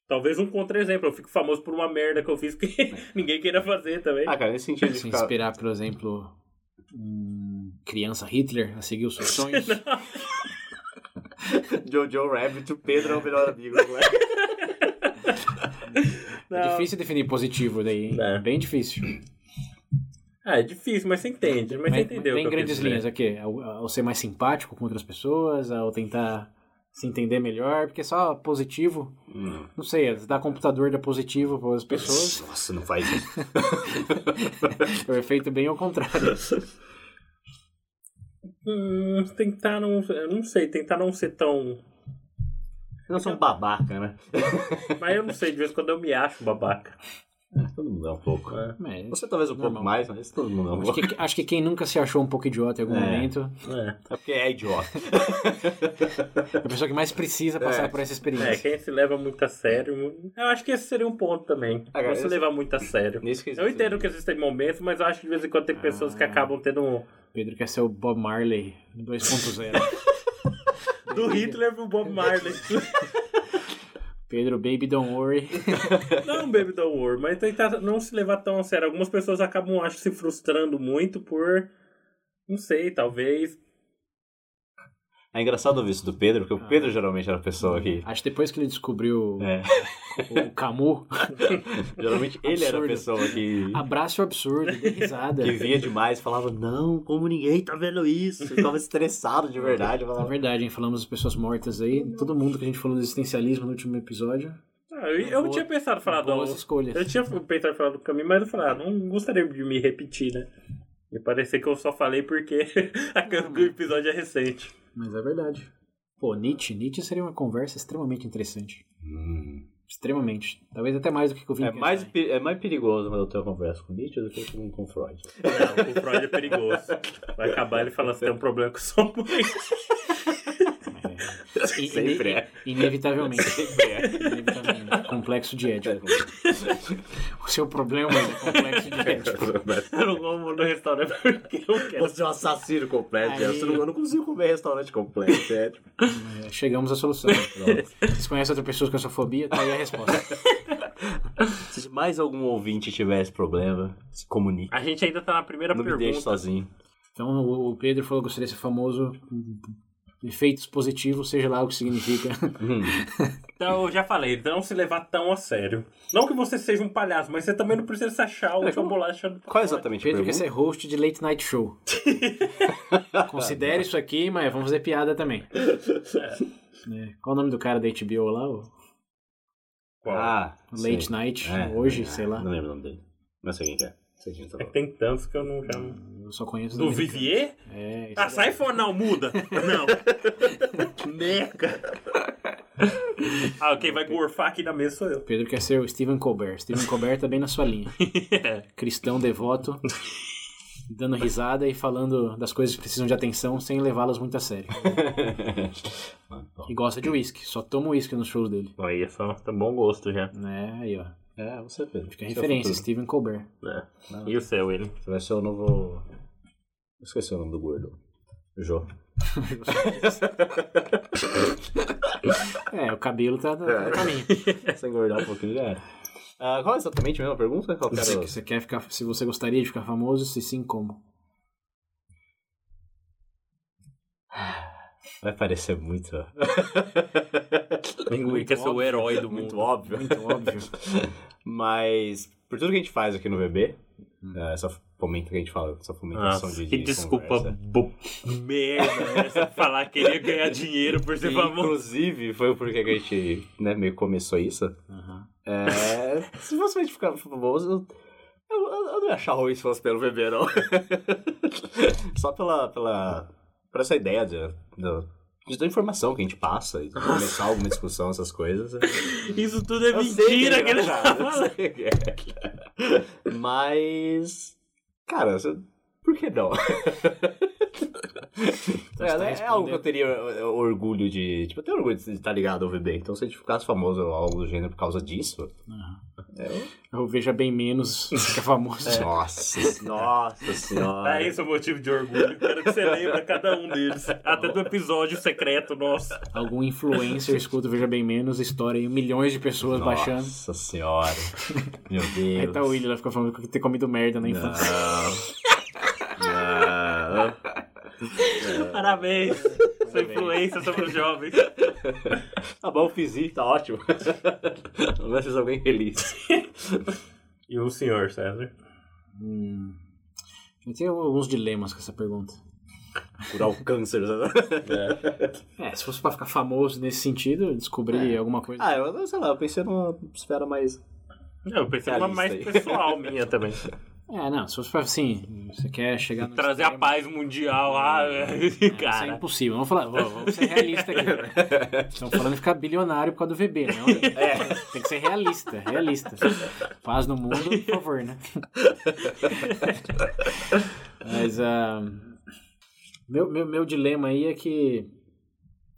Talvez um contra-exemplo. Eu fico famoso por uma merda que eu fiz que ninguém queira fazer também. Ah, cara, nesse sentido de Se ficar... inspirar, por exemplo, um criança Hitler a seguir os seus sonhos? Jojo Rabbit, o Pedro é o melhor amigo agora. É difícil definir positivo daí, hein? É. Bem difícil. Ah, é difícil, mas você entende. Mas, você entendeu. o tem que eu quis grandes dizer. linhas aqui. Ao, ao ser mais simpático com outras pessoas, ao tentar se entender melhor, porque é só positivo, Hum. não sei, é dar computador dá positivo para as pessoas, Nossa, não faz isso. é o efeito bem ao contrário. Hum, tentar não. Eu não sei, tentar não ser tão. Eu não sou um babaca, né? Mas eu não sei, de vez em quando eu me acho babaca. Todo mundo é um pouco. Mas, Você talvez um pouco Normal. mais, mas todo Tá mundo é um acho, pouco. que, acho que quem nunca se achou um pouco idiota em algum É. momento É. É porque é idiota. é a pessoa que mais precisa passar por essa É, experiência. quem se leva muito a sério. Eu acho que esse seria um ponto também. Ah, cara, Não se esse- levar muito a sério. Nisso que Eu entendo que existem momentos, mas eu acho que de vez em quando tem pessoas Ah. que acabam tendo um. Pedro quer ser o Bob Marley 2.0. Do Hitler pro Bob Marley. Pedro, baby, don't worry. não, Baby Don't Worry, mas tentar não se levar tão a sério. Algumas pessoas acabam, acho, se frustrando muito por. Não sei, talvez. É engraçado ouvir isso do Pedro, porque o Pedro geralmente era a pessoa que. Acho que depois que ele descobriu É. o Camus, Geralmente ele era a Absurdo. pessoa que. abraço absurdo, dê risada. Que via demais, falava, não, como ninguém tá vendo isso? Eu Ficava estressado de verdade. eu Na Falava, É verdade, hein? Falamos das pessoas mortas aí. Todo mundo que a gente falou do existencialismo no último episódio. Ah, eu eu Boa- tinha pensado em falar do. Boas escolhas. Eu tinha pensado em falar do caminho, mas eu falei, ah, não gostaria de me repetir, né? E parecer que eu só falei porque a can- o episódio é recente. Mas é verdade. Pô, Nietzsche. Nietzsche seria uma conversa extremamente interessante. "Hum, Extremamente. Talvez até mais do que eu vim é, mais, pe- é mais perigoso quando eu tenho uma conversa com Nietzsche do que com, com Freud. Não, o Freud é perigoso. Vai acabar ele falando, você tem um problema com sua mãe. Sempre é. Inevitavelmente. Sempre Inevitavelmente. Complexo de ética. é. O seu problema é complexo de ética. Eu não como no restaurante porque eu quero. Você é um assassino completo. Aí- né? Você não- eu não consigo comer restaurante completo. É, tipo, É, Chegamos à solução. Vocês conhecem outras pessoas com essa fobia? Tá aí a resposta. se mais algum ouvinte tiver esse problema, se comunique. A gente ainda tá na primeira Não me deixe pergunta. sozinho. Então o o Pedro falou que gostaria de ser famoso. com Efeitos positivos, seja lá o que significa. Hum, Então, eu já falei, não se levar tão a sério. Não que você seja um palhaço, mas você também não precisa se achar o última bolacha do Qual é pacote. exatamente a Pedro quer pergunta? ser host de late night show. Considere isso aqui, mas vamos fazer piada também. É, Qual o nome do cara da HBO lá? O Qual? Ah, Late sei. Night, É, hoje, é, sei lá. Não lembro o nome dele. Não sei quem que é. Não sei quem tá É falando. que tem tantos que eu não já... Eu só conheço Do dois. Vivier? É, isso Ah, sai fora, não, muda. Não. Neca. Ah, quem vai gorfar aqui na mesa sou eu. Pedro quer ser o Stephen Colbert. Stephen Colbert tá bem na sua linha. Cristão devoto, dando risada e falando das coisas que precisam de atenção sem levá-las muito a sério. E gosta de uísque, só toma uísque nos shows dele. Aí é só tá bom gosto já. É, aí ó. É, você Pedro. Fica a Seu referência, futuro. Stephen Colbert. É. E o seu, ele? Você vai ser o novo. Esqueci o nome do gordo. Jô. É, o cabelo tá tá no caminho. Se engordar um pouquinho já era. Ah, qual é exatamente a mesma pergunta? Qual que era Se o- você quer ficar, se você gostaria de ficar famoso, se sim, como? Vai parecer muito. Pinguim quer ser o é herói do muito mundo. óbvio. Muito óbvio. Mas, por tudo que a gente faz aqui no VB, eh, essa fomenta que a gente fala, essa fomentação de, que de desculpa conversa. bo- merda essa de falar que queria ganhar dinheiro por ser E, famoso. Inclusive, foi porque que a gente né, meio começou isso. Aham. É, se fosse gente ficar famoso, eu, eu, eu não ia achar ruim se fosse pelo bebê, não. Só pela, pela. por essa ideia de, do- de toda a informação que a gente passa e de começar alguma discussão, essas coisas. é. Isso tudo é Eu sei mentira que ele tá engraçado, eu falando. sei que é. Mas. Cara, você- por que não? Então você tá É, é algo que eu respondendo- teria eh, orgulho de. Tipo, eu tenho orgulho de estar ligado ao VB. Então, se a gente ficasse famoso ou algo do gênero por causa disso, Eu veja bem menos ficar famoso. É. É. Nossa, nossa senhora. Ah, esse é o motivo de orgulho. Quero que você lembre cada um deles. Até do episódio secreto nosso. Algum influencer escuta o veja bem menos, história aí, milhões de pessoas baixando. Nossa senhora. Meu Deus. Aí tá o Willian, ela fica falando que ter comido merda na infância. Não. Não. É, Parabéns. Sua influência sobre os jovens. Tá bom, fiz isso, tá ótimo. Vai ser alguém feliz. E o senhor, César? Hum, eu tenho alguns dilemas com essa pergunta. Curar o câncer. sabe? É, se fosse pra ficar famoso nesse sentido, É. descobrir alguma coisa. Ah, eu sei lá, eu pensei numa esfera mais. Não, eu pensei numa mais Realista aí. pessoal minha também. É, não, se fosse pra, assim, você quer chegar no Trazer a extremo, paz mundial. Ah, Isso é cara. impossível. Vamos, falar, vamos, vamos ser realista aqui. né? Estamos falando de ficar bilionário por causa do VB, não? É. Tem que ser realista, realista. Paz no mundo, por favor, né? Mas ah, meu, meu, meu dilema aí é que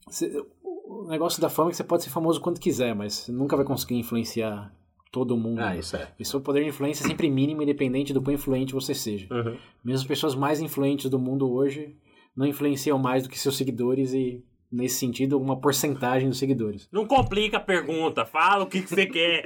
cê- o negócio da fama é que você pode ser famoso quando quiser, mas você nunca vai conseguir influenciar todo mundo. Ah, isso é. E seu poder de influência é sempre mínimo, independente do quão influente você seja. Uhum. Mesmo as pessoas mais influentes do mundo hoje não influenciam mais do que seus seguidores e, nesse sentido, uma porcentagem dos seguidores. Não complica a pergunta. Fala o que, que você quer.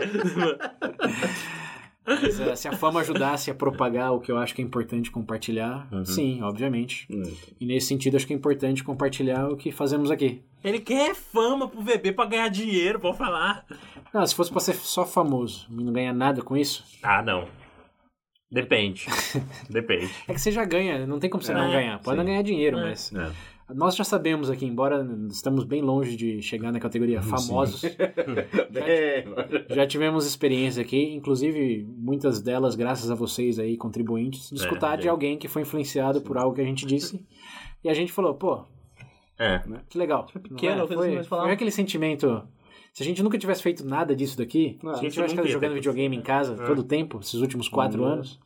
Mas, eh, se a fama ajudasse a propagar o que eu acho que é importante compartilhar, sim, obviamente. Hum, E nesse sentido, acho que é importante compartilhar o que fazemos aqui. Ele quer fama pro bebê pra ganhar dinheiro, vou falar. Não, Ah, se fosse pra ser só famoso e não ganhar nada com isso, Ah, não. Depende. Depende. é que você já ganha, não tem como você É, não ganhar. Pode não sim. ganhar dinheiro, É. mas É. nós já sabemos aqui, embora estamos bem longe de chegar na categoria famosos, É. Já tivemos experiência aqui, inclusive muitas delas, graças a vocês aí, contribuintes, de É, escutar de é. alguém que foi influenciado por algo que a gente disse. E a gente falou, pô, né, É. que legal. pequeno, Não é? coisa que foi, nós falamos. foi aquele sentimento. Se a gente nunca tivesse feito nada disso daqui, É. se a gente Isso nunca tivesse ficado ia ter jogando videogame em casa É. todo o tempo, esses últimos quatro Hum. anos,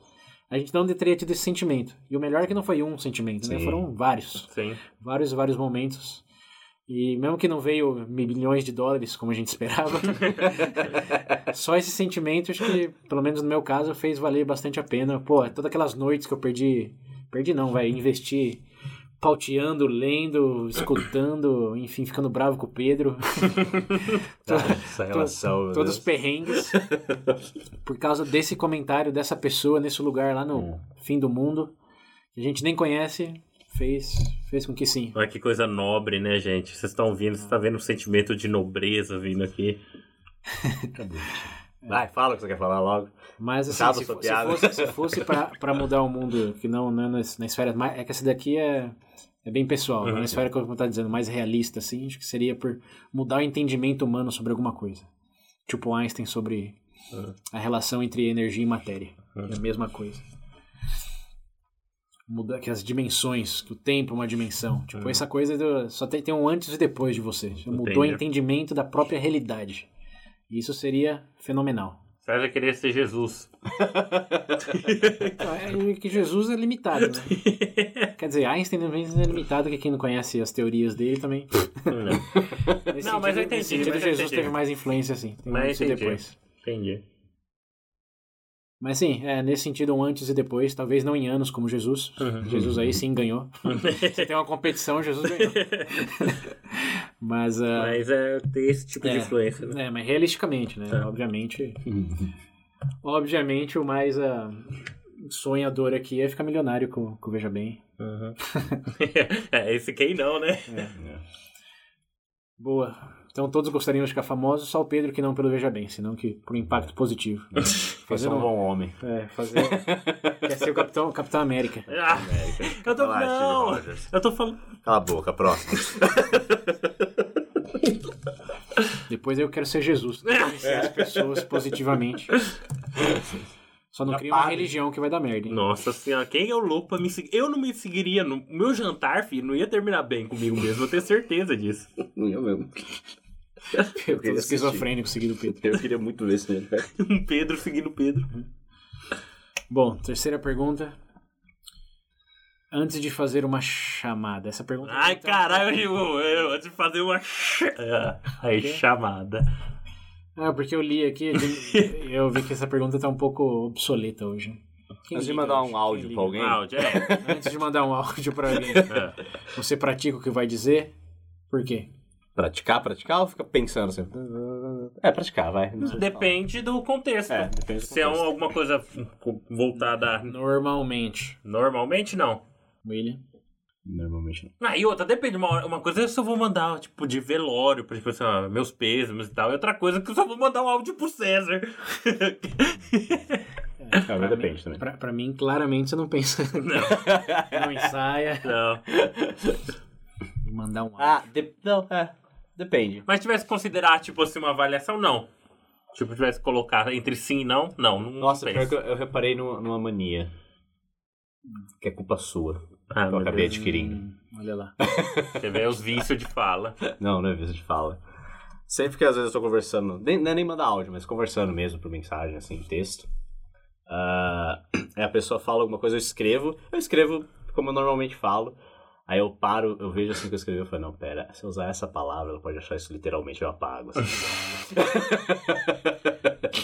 a gente não teria tido esse sentimento. E o melhor é que não foi um sentimento, né? Sim. Foram vários Sim. vários, vários momentos. E mesmo que não veio milhões de dólares, como a gente esperava, só esse sentimento, acho que, pelo menos no meu caso, fez valer bastante a pena. Pô, todas aquelas noites que eu perdi, perdi não, vai, investi pauteando, lendo, escutando, enfim, ficando bravo com o Pedro, Cara, Tá, essa relação. né? meu todos os Deus. perrengues, por causa desse comentário dessa pessoa nesse lugar lá no Hum. fim do mundo, que a gente nem conhece, fez, fez com que sim, Olha que coisa nobre, né, gente? Vocês estão ouvindo, vocês estão vendo um sentimento de nobreza vindo aqui. Vai, fala o que você quer falar logo. Mas Acaba assim, se, sua fo- piada. se fosse, se fosse pra, pra mudar o mundo, que não, não é na, na esfera. mais- É que essa daqui é, é bem pessoal, Uhum. não é na esfera que eu vou estar dizendo, mais realista, assim, acho que seria por mudar o entendimento humano sobre alguma coisa. Tipo Einstein sobre Uhum. a relação entre energia e matéria. É a mesma coisa. Mudar que as dimensões, que o tempo é uma dimensão. Tipo, Uhum. essa coisa do, só tem, tem um antes e depois de você. Você mudou o Entendi. entendimento da própria realidade. Isso seria fenomenal. César queria ser Jesus. Então, é que Jesus é limitado, né? Quer dizer, Einstein às vezes é limitado, que quem não conhece as teorias dele também. Hum, Não, Nesse Não, mas eu entendi, nesse sentido, mas eu Jesus entendi. teve mais influência, assim. Tem Mas eu antes e entendi. depois. entendi. Mas sim, é, nesse sentido, um antes e depois, talvez não em anos como Jesus. Uhum. Jesus aí sim ganhou. Se tem uma competição, Jesus ganhou. mas, ah, Mas é ter esse tipo É. de influência, né? é, mas realisticamente, né? Obviamente, obviamente o mais ah, sonhador aqui é ficar milionário com, com o Veja Bem. é, esse quem não, né? Boa. Então todos gostariam de ficar famosos, só o Pedro que não pelo Veja Bem, senão que por impacto positivo. Você é Fazendo um bom homem. É, fazer. Quer ser o Capitão, Capitão América. Ah, É, eu tô. Vai lá, Steve Não! Rogers. Eu tô falando. Cala a boca, próximo. Depois eu quero ser Jesus. Influenciar as pessoas positivamente. Só não cria uma religião que vai dar merda, hein? Nossa senhora, quem é o louco pra me seguir? Eu não me seguiria. No o meu jantar, filho, não ia terminar bem comigo mesmo, eu tenho certeza disso. Eu mesmo. Eu queria tô esquizofrênico seguido do Pedro. Eu queria muito ver isso nele, cara. Um Pedro seguindo Pedro. Bom, terceira pergunta. Antes de fazer uma chamada. Essa pergunta. tá- Ai, caralho, eu, eu, antes de fazer uma. ch- Ah, Aí, chamada. Ah, porque eu li aqui e eu vi que essa pergunta tá um pouco obsoleta hoje. Quem Antes de liga mandar hoje? um áudio Quem pra liga? alguém, Áudio, é. Antes de mandar um áudio pra alguém, É. você pratica o que vai dizer? Por quê? praticar, praticar ou fica pensando assim? É, praticar, vai. Não sei Depende do contexto. É, depende do Se é um- alguma coisa voltada a- Normalmente, Normalmente, não. William. Normalmente não. Ah, e outra, depende. Uma, hora- uma coisa é se eu vou mandar, tipo, de velório, pra, tipo assim, ó, meus pêsames e tal. E outra coisa é que eu só vou mandar um áudio pro César. É, Ah, mas depende também. Pra, pra mim, claramente, você não pensa. não ensaia. Não. em Mandar um áudio. Ah, de- não, é. Depende. Mas tivesse que considerar, tipo assim, uma avaliação, não. Tipo, tivesse que colocar entre sim e não, não. não Nossa, pior penso. que eu, eu reparei numa, numa mania. Que é culpa sua. Ah, que eu meu acabei Deus. adquirindo. Hum, olha lá. Você vê os vícios de fala. Não, não é vez de fala. Sempre que às vezes eu tô conversando, nem, não é nem mandar áudio, mas conversando mesmo por mensagem, assim, texto. ah, aí a pessoa fala alguma coisa, eu escrevo, eu escrevo como eu normalmente falo. Aí eu paro, eu vejo assim que eu escrevi, eu falo, não, pera, se eu usar essa palavra, ela pode achar isso literalmente, eu apago. assim.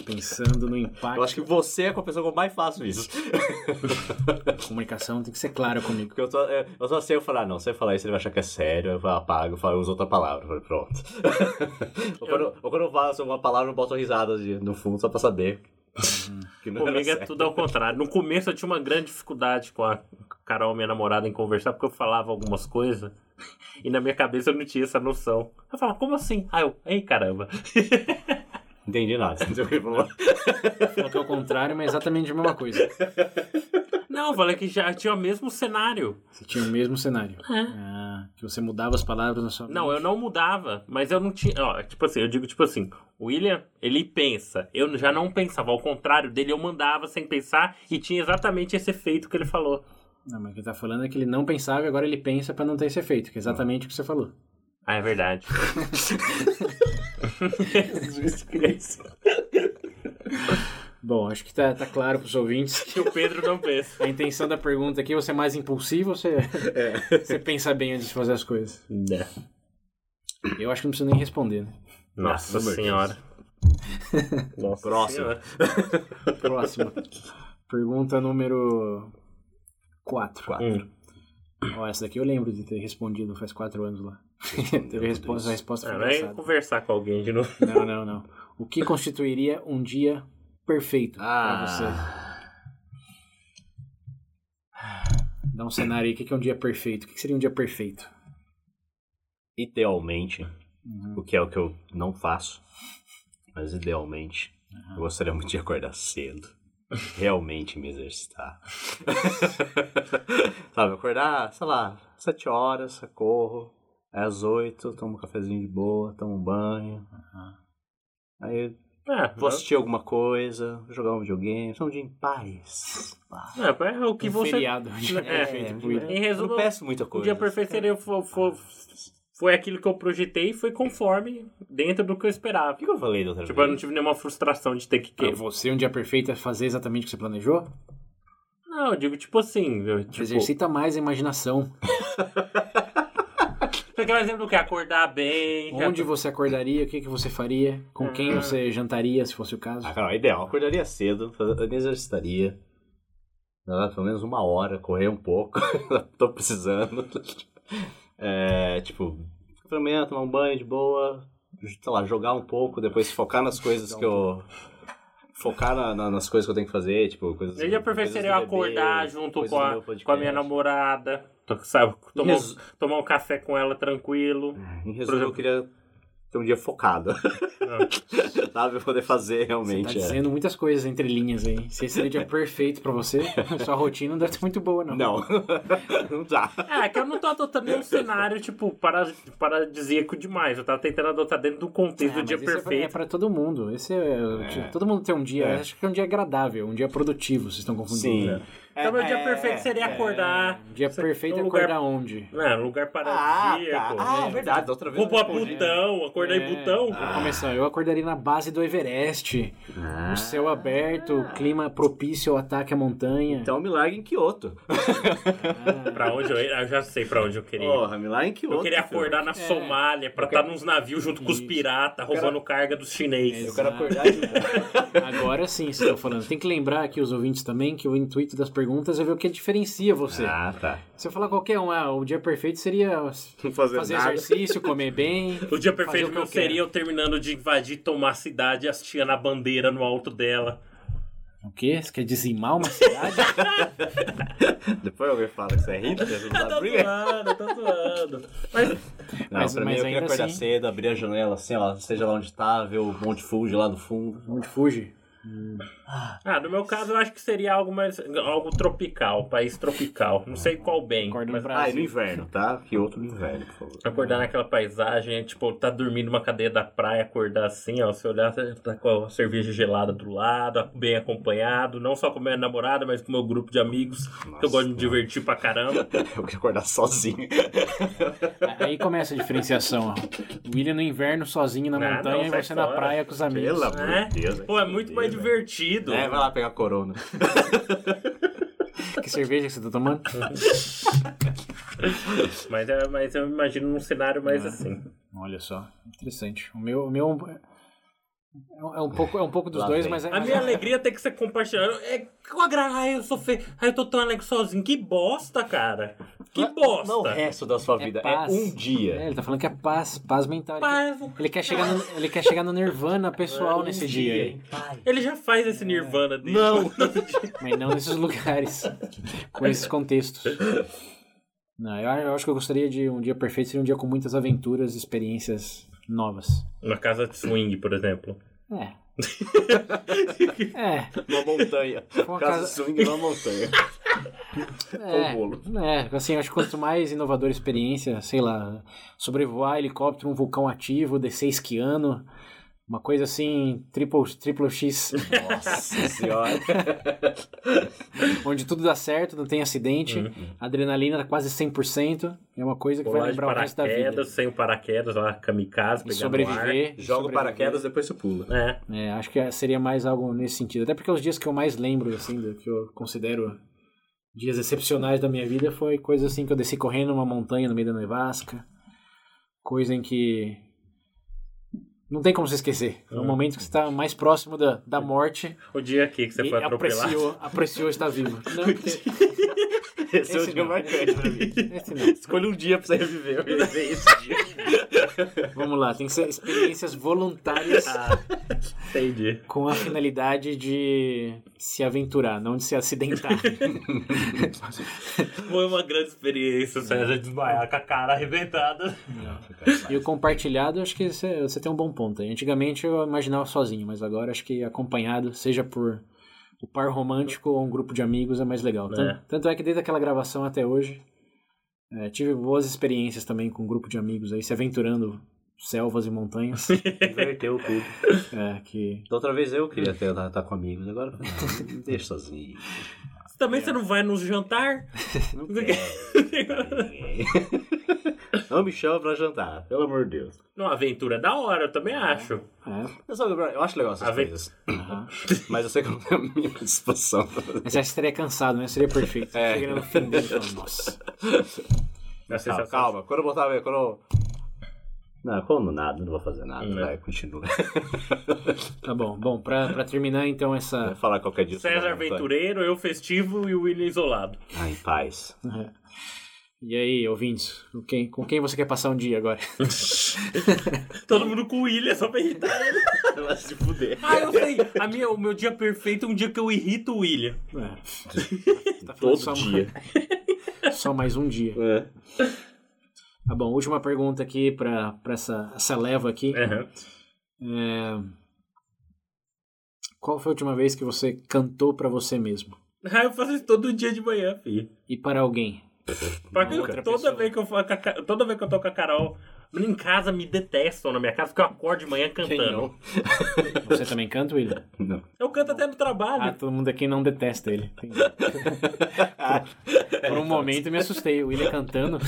Pensando no impacto. Eu acho que você é a pessoa que eu mais faço isso. A comunicação tem que ser clara comigo. Porque eu só, eu eu só sei eu falar, "Ah, não, se eu falar isso, ele vai achar que é sério, eu falo, apago, eu, falo, eu uso outra palavra, eu falo, pronto. ou, quando, ou quando eu faço uma palavra, eu boto risadas de- no fundo só pra saber. que não era Comigo é certo. tudo ao contrário. No começo eu tinha uma grande dificuldade com a Carol, minha namorada, em conversar, porque eu falava algumas coisas e na minha cabeça eu não tinha essa noção. Eu falava, como assim? Ah, eu, ei caramba. Entendi nada, não sei o que ele falou. Falou que é o contrário, mas é exatamente a mesma coisa. Não, eu falei que já tinha o mesmo cenário. Você tinha o mesmo cenário. Ah, que você mudava as palavras na sua Não, eu não mudava, mas eu não tinha. Ó, tipo assim, eu digo tipo assim, o William, ele pensa. Eu já não pensava, ao contrário dele, eu mandava sem pensar e tinha exatamente esse efeito que ele falou. Não, mas o que ele tá falando é que ele não pensava e agora ele pensa pra não ter esse efeito, que é exatamente o que você falou. Ah, é verdade. Bom, acho que tá, tá claro pros ouvintes. Que o Pedro não pensa. A intenção da pergunta aqui, você é mais impulsivo ou você, É. você pensa bem antes de fazer as coisas? Né. Eu acho que não precisa nem responder, né? Nossa, Nossa senhora. É, Nossa Próximo. Próxima. Pergunta número 4. Quatro. Ó, essa daqui eu lembro de ter respondido faz 4 anos lá. Teve resposta, a resposta foi Ah, vai engraçada. conversar com alguém de novo. Não, não, não. O que constituiria um dia perfeito pra você? Ah, Dá um cenário aí. O que que é um dia perfeito? O que que seria um dia perfeito? idealmente, Uhum. o que é o que eu não faço, mas idealmente, Uhum. eu gostaria muito de acordar cedo. Realmente me exercitar. Sabe, acordar, sei lá, sete horas, socorro. Aí às oito, tomo um cafezinho de boa, tomo um banho. Uhum. Aí Ah, vou assistir alguma coisa, vou jogar um videogame, só um dia em paz. Paz. não, não, é o que um você. feriado. Um dia É, perfeito. pro William. Em resumo, eu não peço muita O coisa. dia perfeito seria o fo- fo- foi aquilo que eu projetei e foi conforme dentro do que eu esperava. O que que eu falei da outra Tipo, eu vez? não tive nenhuma frustração de ter Ah, que. Pra que... você, um dia perfeito é fazer exatamente o que você planejou? Não, eu digo tipo assim. Eu, tipo, Exercita mais a imaginação. Você quer um exemplo do que? Acordar bem. Onde você acordaria? O que, que você faria? Com quem você jantaria, se fosse o caso? Ah, cara, é ideal. Eu acordaria cedo, faz- eu me exercitaria. Ah, Pelo menos uma hora, correr um pouco. Tô precisando. É, tipo, pra amanhã tomar um banho de boa, sei lá, jogar um pouco, depois focar nas coisas que eu. Focar na- na- nas coisas que eu tenho que fazer, tipo, coisas. Eu coisas já do preferia eu bebê, acordar junto coisas com do a, meu podcast. com a minha namorada. to- Sabe, tomar, um- Resu- tomar um café com ela tranquilo. Em Por resumo, exemplo- eu queria ter um dia focado. É. Sabe? Poder fazer Você tá realmente. é. dizendo muitas coisas entre linhas aí. Se esse seria o dia é perfeito pra você, sua rotina não deve ser muito boa, não. Não, não dá. É, que eu não tô adotando nenhum cenário, tipo, para- paradisíaco demais. Eu tava tentando adotar dentro do É, contexto do mas dia esse é pra- É perfeito. pra todo mundo. Esse é, Todo mundo tem um dia. É. Acho que é um dia agradável, um dia produtivo, vocês estão confundindo. Sim. né? Então, meu dia É, perfeito seria acordar. Um dia perfeito é um lugar- acordar onde? Não, lugar Ah, tá. paradisíaco. ah é verdade, da outra vez. Vou pra eu respondi. Butão, acordar em É, Butão. pra começar, eu acordaria na base do Everest. Ah. O céu aberto, o clima propício ao ataque à montanha. Ah. Então me larga em Kyoto. Pra onde eu ia? Eu já sei pra onde eu queria. Porra, me larga em Kyoto. eu queria filho. acordar na Somália, pra estar nos navios junto com os Isso. piratas, roubando carga dos Eu chineses. quero acordar em- Agora sim, vocês estão falando. Tem que lembrar aqui os ouvintes também que o intuito das perguntas é ver o que diferencia você. Ah, tá. Se eu falar qualquer um, ah, o dia perfeito seria fazer, Não fazer, nada. exercício, comer bem. O dia fazer perfeito o que meu eu quero. seria eu terminando de invadir, tomar a cidade e as tia na bandeira no alto dela. O quê? Você quer dizimar uma cidade? Depois alguém fala que você é rico, você não tá Tá briga. zoado, tá zoado. Mas, Não, Mas- pra mas mim eu queria ainda acordar assim- cedo, abrir a janela assim, ó, seja lá onde tá, ver o Monte Fuji lá no fundo. Onde fuge? ah, no meu caso, eu acho que seria algo mais. algo tropical, país tropical. Não sei qual bem. Acorda no mas Ah, e no Brasil. inverno, tá? Que outro no inverno, por favor. Acordar naquela paisagem, é tipo, tá dormindo numa cadeia da praia, acordar assim, ó. Se olhar, você tá com a cerveja gelada do lado, bem acompanhado, não só com a minha namorada, mas com o meu grupo de amigos, que eu gosto de me divertir pra caramba. Eu queria acordar sozinho. Aí começa a diferenciação. ó. William no inverno sozinho na Ah, montanha não, e sai você na fora. praia com os amigos. Pelo amor É? de Deus. vai Pô, é se muito fuder, mais velho. divertido. É, vai lá pegar corona. Que cerveja que você tá tomando? Mas, é, mas eu imagino num cenário mais Ah. assim. Olha só, interessante. O meu, o meu é um- é um pouco, é um pouco dos Lá dois, vem. mas é, A minha alegria tem que ser compartilhada. É com a gra... Ai, eu sou feio. Ai, eu tô tão alegre sozinho. Que bosta, cara. Que bosta. Não é o resto da sua vida, é paz. um É, dia. ele tá falando que é paz, paz mental. Ele Mas quer- Ele quer, chegar no, ele quer chegar no nirvana É um pessoal nesse dia aí. ele já faz É. esse nirvana dele. Não. Mas não nesses lugares, com esses contextos. Não, eu, eu acho que eu gostaria de um dia perfeito seria um dia com muitas aventuras e experiências novas. Uma casa de swing, por exemplo. É. É, Numa montanha. uma Casa casa- swing numa montanha. é, bolo. é, assim, acho que quanto mais inovadora a experiência, sei lá, sobrevoar helicóptero, um vulcão ativo, descer esquiando, uma coisa assim, triple, triple X, Nossa senhora. onde tudo dá certo, não tem acidente, a adrenalina tá quase 100%, é uma coisa que vai Uhum. Pular de lembrar o resto da vida. paraquedas, sem o paraquedas, lá, kamikaze, E pegar sobreviver. Joga o sobreviver. paraquedas, depois você pula. no ar. É. É, acho que seria mais algo nesse sentido. Até porque os dias que eu mais lembro, assim, do que eu considero dias excepcionais da minha vida, foi coisa assim que eu desci correndo numa montanha no meio da nevasca. Coisa em que. Não tem como se esquecer. É Uhum. um momento que você está mais próximo da, da morte O dia aqui que você e foi atropelado. apreciou, apreciou estar vivo. Não, porque- Esse, é o Esse dia não. marcante pra mim. esse não. Escolha um dia pra você reviver. Eu reviver esse dia. Vamos lá, tem que ser experiências voluntárias Ah. Entendi. com a finalidade de se aventurar, não de se acidentar. Foi uma grande experiência, você já desmaiar com a cara arrebentada. E o compartilhado, acho que você você tem um bom ponto. aí. Antigamente eu imaginava sozinho, mas agora acho que acompanhado, seja por o par romântico ou um grupo de amigos, é mais legal. Tan- É. Tanto, é que desde aquela gravação até hoje, é, tive boas experiências também com um grupo de amigos aí, se aventurando selvas e montanhas. Inverteu tudo. é, que... Da outra vez eu queria ter, estar com amigos, agora me deixa sozinho. É. Também você não vai nos jantar? Não, quero. Não me chama pra jantar, pelo amor de Deus. Não, aventura é da hora, eu também acho. É. Eu, só- eu acho legal essas A ve- coisas, aham. mas eu sei que eu não tenho a mínima disposição. pra fazer. Mas acho que seria cansado, né? Seria perfeito. É. Chega no fim dele e fala, nossa. A Calma, sensação- calma, quando eu botar... Quando eu... Não, quando nada, não vou fazer nada, Não. vai, continua. Tá bom. Bom, pra, pra terminar então essa... Vai falar qualquer dia. César aventureiro, eu festivo e o William isolado. Ah, em paz. E aí, ouvintes, com quem, com quem você quer passar um dia agora? Todo mundo com o William só pra irritar ele. Vai se fuder. Ah, eu sei. A minha, o meu dia perfeito é um dia que eu irrito o William. É. Tá falando Todo só- dia. Só mais um dia. É. Tá bom, última pergunta aqui pra, pra essa, essa leva aqui. É, Qual foi a última vez que você cantou pra você mesmo? Ah, eu faço isso todo dia de manhã, filho. E para alguém? Pra que- Outra toda, pessoa. vez que eu, falo com a Ca- toda vez que eu tô com a Carol, em casa me detestam na minha casa, porque eu acordo de manhã Quem cantando. não? Você também canta, William? Não. Eu canto até no Ah, trabalho. todo mundo aqui não detesta ele. Entendi. Ah, É, Por um momento eu me assustei. O William cantando.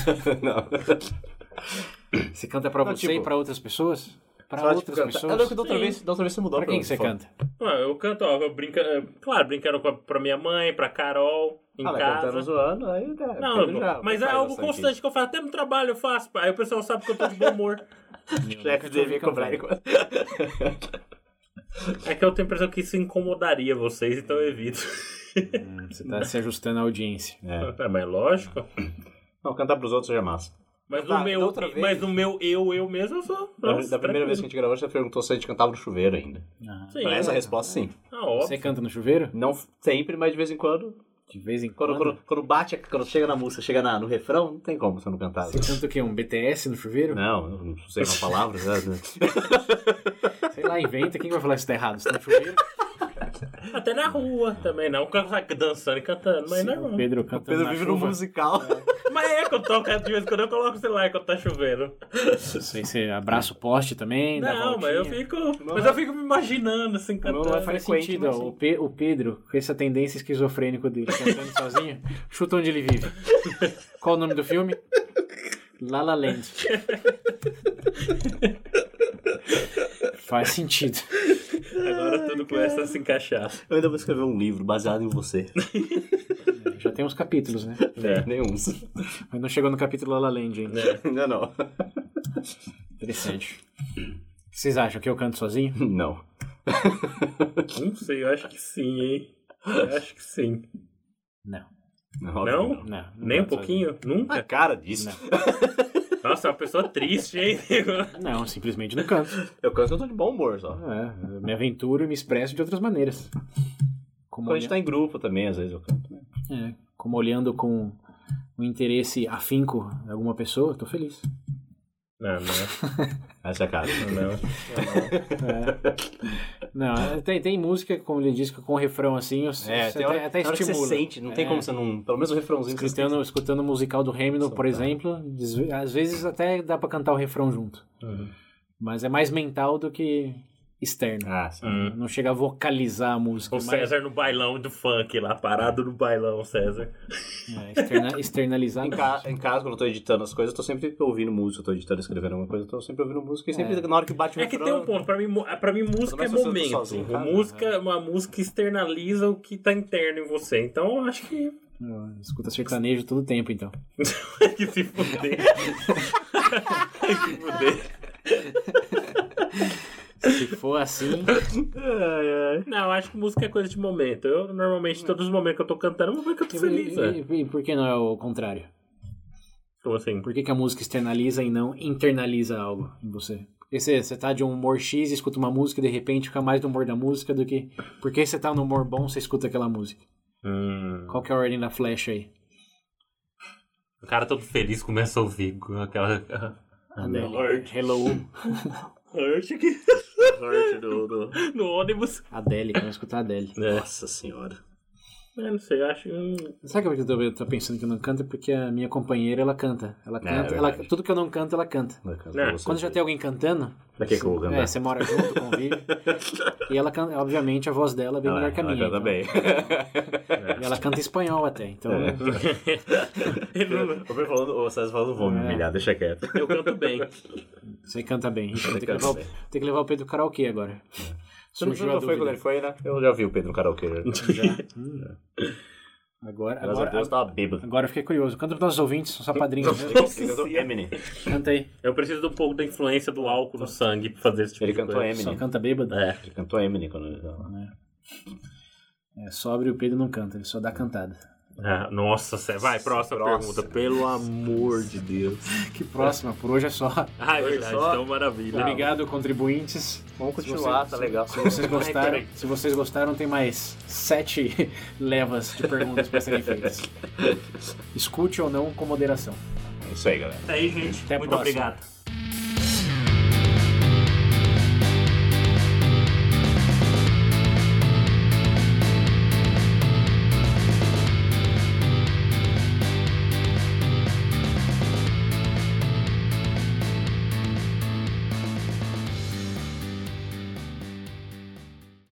Não. Você canta pra Não, você tipo- e pra outras pessoas? Pra Só, tipo, outras cantar. Ah, não, pessoas? que da outra, Sim. vez, da outra vez você mudou Pra quem que você mim, fala. canta? Ah, eu canto, ó, eu brinca, é, claro, brincando com a, pra minha mãe, pra Carol, em Ah, mas cantando casa. zoando, aí né, Não, cantando já, mas é faz algo bastante. constante que eu faço, até no trabalho eu faço, aí o pessoal sabe que eu tô de bom humor. Chefe devia cobrar ele. É que eu tenho a impressão que isso incomodaria vocês, então eu evito. Você tá se ajustando à audiência. É. É, mas lógico. Não, cantar pros outros já é massa. Mas, Tá, no meu, da outra vez- mas no meu eu, eu mesmo, eu sou. Da, nossa, da primeira vez que a gente gravou, você perguntou se a gente cantava no chuveiro ainda. Ah, Sim, Pra essa é. resposta, sim. Ah, óbvio. Você canta no chuveiro? Não sempre, mas de vez em quando. De vez em Quando, quando. quando, quando bate, quando chega na música, chega na- no refrão, não tem como você não cantar. Você canta o quê? Um BTS no chuveiro? Não, eu não sei uma palavra. né? É. Sei lá, inventa. Quem vai falar que isso tá errado? Você tá no chuveiro? Até na rua também, não. Quando sai dançando e cantando, mas O não. Pedro cantando Pedro na vive chuva. no musical. Mas é que eu toco de vez em quando eu coloco o celular quando tá chovendo. Não sei, você abraça o poste também, dá É. Não, voltinha. mas eu fico. mas eu fico me imaginando assim não cantando. é Faz frequente, sentido, assim. mas ó, sim. o, Pe- o Pedro, com essa tendência esquizofrênica dele, cantando sozinho, chuta onde ele vive. Qual o nome do filme? La La Land. Faz sentido. Agora tudo começa a se encaixar. Eu ainda vou escrever um livro baseado em você. Já tem uns capítulos, né? É. né? Nenhum. Mas não chegou no capítulo La La Land ainda. Ainda não. Interessante. Vocês acham que eu canto sozinho? Não. Não sei, eu acho que sim, hein? Eu acho que sim. Não. Não? Não? óbvio que Não. não Nem um canto sozinho. pouquinho? Nunca? A cara disso. Nossa, é uma pessoa triste, hein? Não, simplesmente não canto. Eu canto, eu tô de bom humor só. É, eu me aventuro e me expresso de outras maneiras. Como Quando a gente olha... tá em grupo também, às vezes eu canto. né? é, como olhando com um interesse afinco em alguma pessoa, tô feliz. Não, não, Essa é a cara. não. É. Não, é, tem, tem música, como ele disse, com refrão assim, eu- É, você tem hora, até, até tem hora que estimula. você sente, não tem É. como você não... Pelo menos o refrãozinho que você Escutando, escutando o musical do Hamilton, por exemplo, des- às vezes até dá pra cantar o refrão junto. Uhum. Mas é mais mental do que externo. Ah, sim. Hum. Não chega a vocalizar a música. O mas, César no bailão do funk lá, parado no bailão, César. é, externa- externalizar. Tá Em, não. ca- em casa, quando eu tô editando as coisas, eu tô sempre ouvindo música, eu tô editando, escrevendo alguma coisa, eu tô sempre ouvindo música e sempre É. na hora que bate o É que refrão... tem um ponto, pra mim, mu- pra mim música é mais se você tá momento. sozinho né? em casa, música, Uma música externaliza o que tá interno em você. Então eu acho que. Eu- Escuta sertanejo todo tempo, então. que se fuder. que se fuder. Se for assim, Ai, ai. Não, eu acho que música é coisa de momento. Eu Hum. normalmente, todos os momentos que eu tô cantando, é o momento que eu tô feliz. e, né? e- e por que não é o contrário? Então assim. Por que, que a música externaliza e não internaliza algo em você? Porque você, você tá de um humor X, escuta uma música e de repente fica mais no humor da música do que. Porque você tá no humor bom, você escuta aquela música. Qual que é a ordem da flecha aí? hum, O cara todo feliz começa a ouvir aquela. Adele. Hello. no ônibus. Adele, quero escutar Adele. Nossa senhora. É, não sei, eu acho. hum, Sabe que eu tô pensando que eu não canto? Porque a minha companheira, ela canta. Ela canta. ela- É, verdade. tudo que eu não canto, ela canta. Na casa Não, de vocês. É, Quando já tem alguém cantando. Pra que que eu vou cantar? É, você mora junto, convive. e ela canta, obviamente, a voz dela é bem Ela- melhor que a ela minha. canta então- bem. E ela canta espanhol até, então. É. ele não- Eu tô falando, ô César falando, vou me É. humilhar, deixa quieto. Eu canto bem. Você canta bem. É. Ixi, Tem que, canta levar o, bem. tem que levar o Pedro pro karaokê agora. Você não, Surgiu a foi quando dúvida. ele foi, né? Eu já vi o Pedro no karaokê. Graças Agora, a Deus, agora, tava bêbado. agora eu fiquei curioso. Canta pros nossos ouvintes, são só padrinhos. né? Ele cantou Eminem. Canta aí. Eu preciso de um pouco da influência do álcool no sangue pra fazer esse tipo Ele de cantou coisa. Só Eminem. né? canta bêbado. É. Ele cantou Eminem quando ele tava lá. É, sobre o Pedro não canta, ele só dá cantada. Ah, nossa, César. Vai, próxima Próxima. pergunta. Pelo amor de Deus. Que próxima, por hoje é só. Ai, verdade, só. então maravilha. Obrigado, contribuintes. Vamos Se continuar, você- tá legal. Se vocês gostaram, peraí. se vocês gostaram, tem mais sete levas de perguntas para serem feitas. Escute ou não com moderação. É isso aí, galera. Aí, gente. Até a muito próxima. obrigado.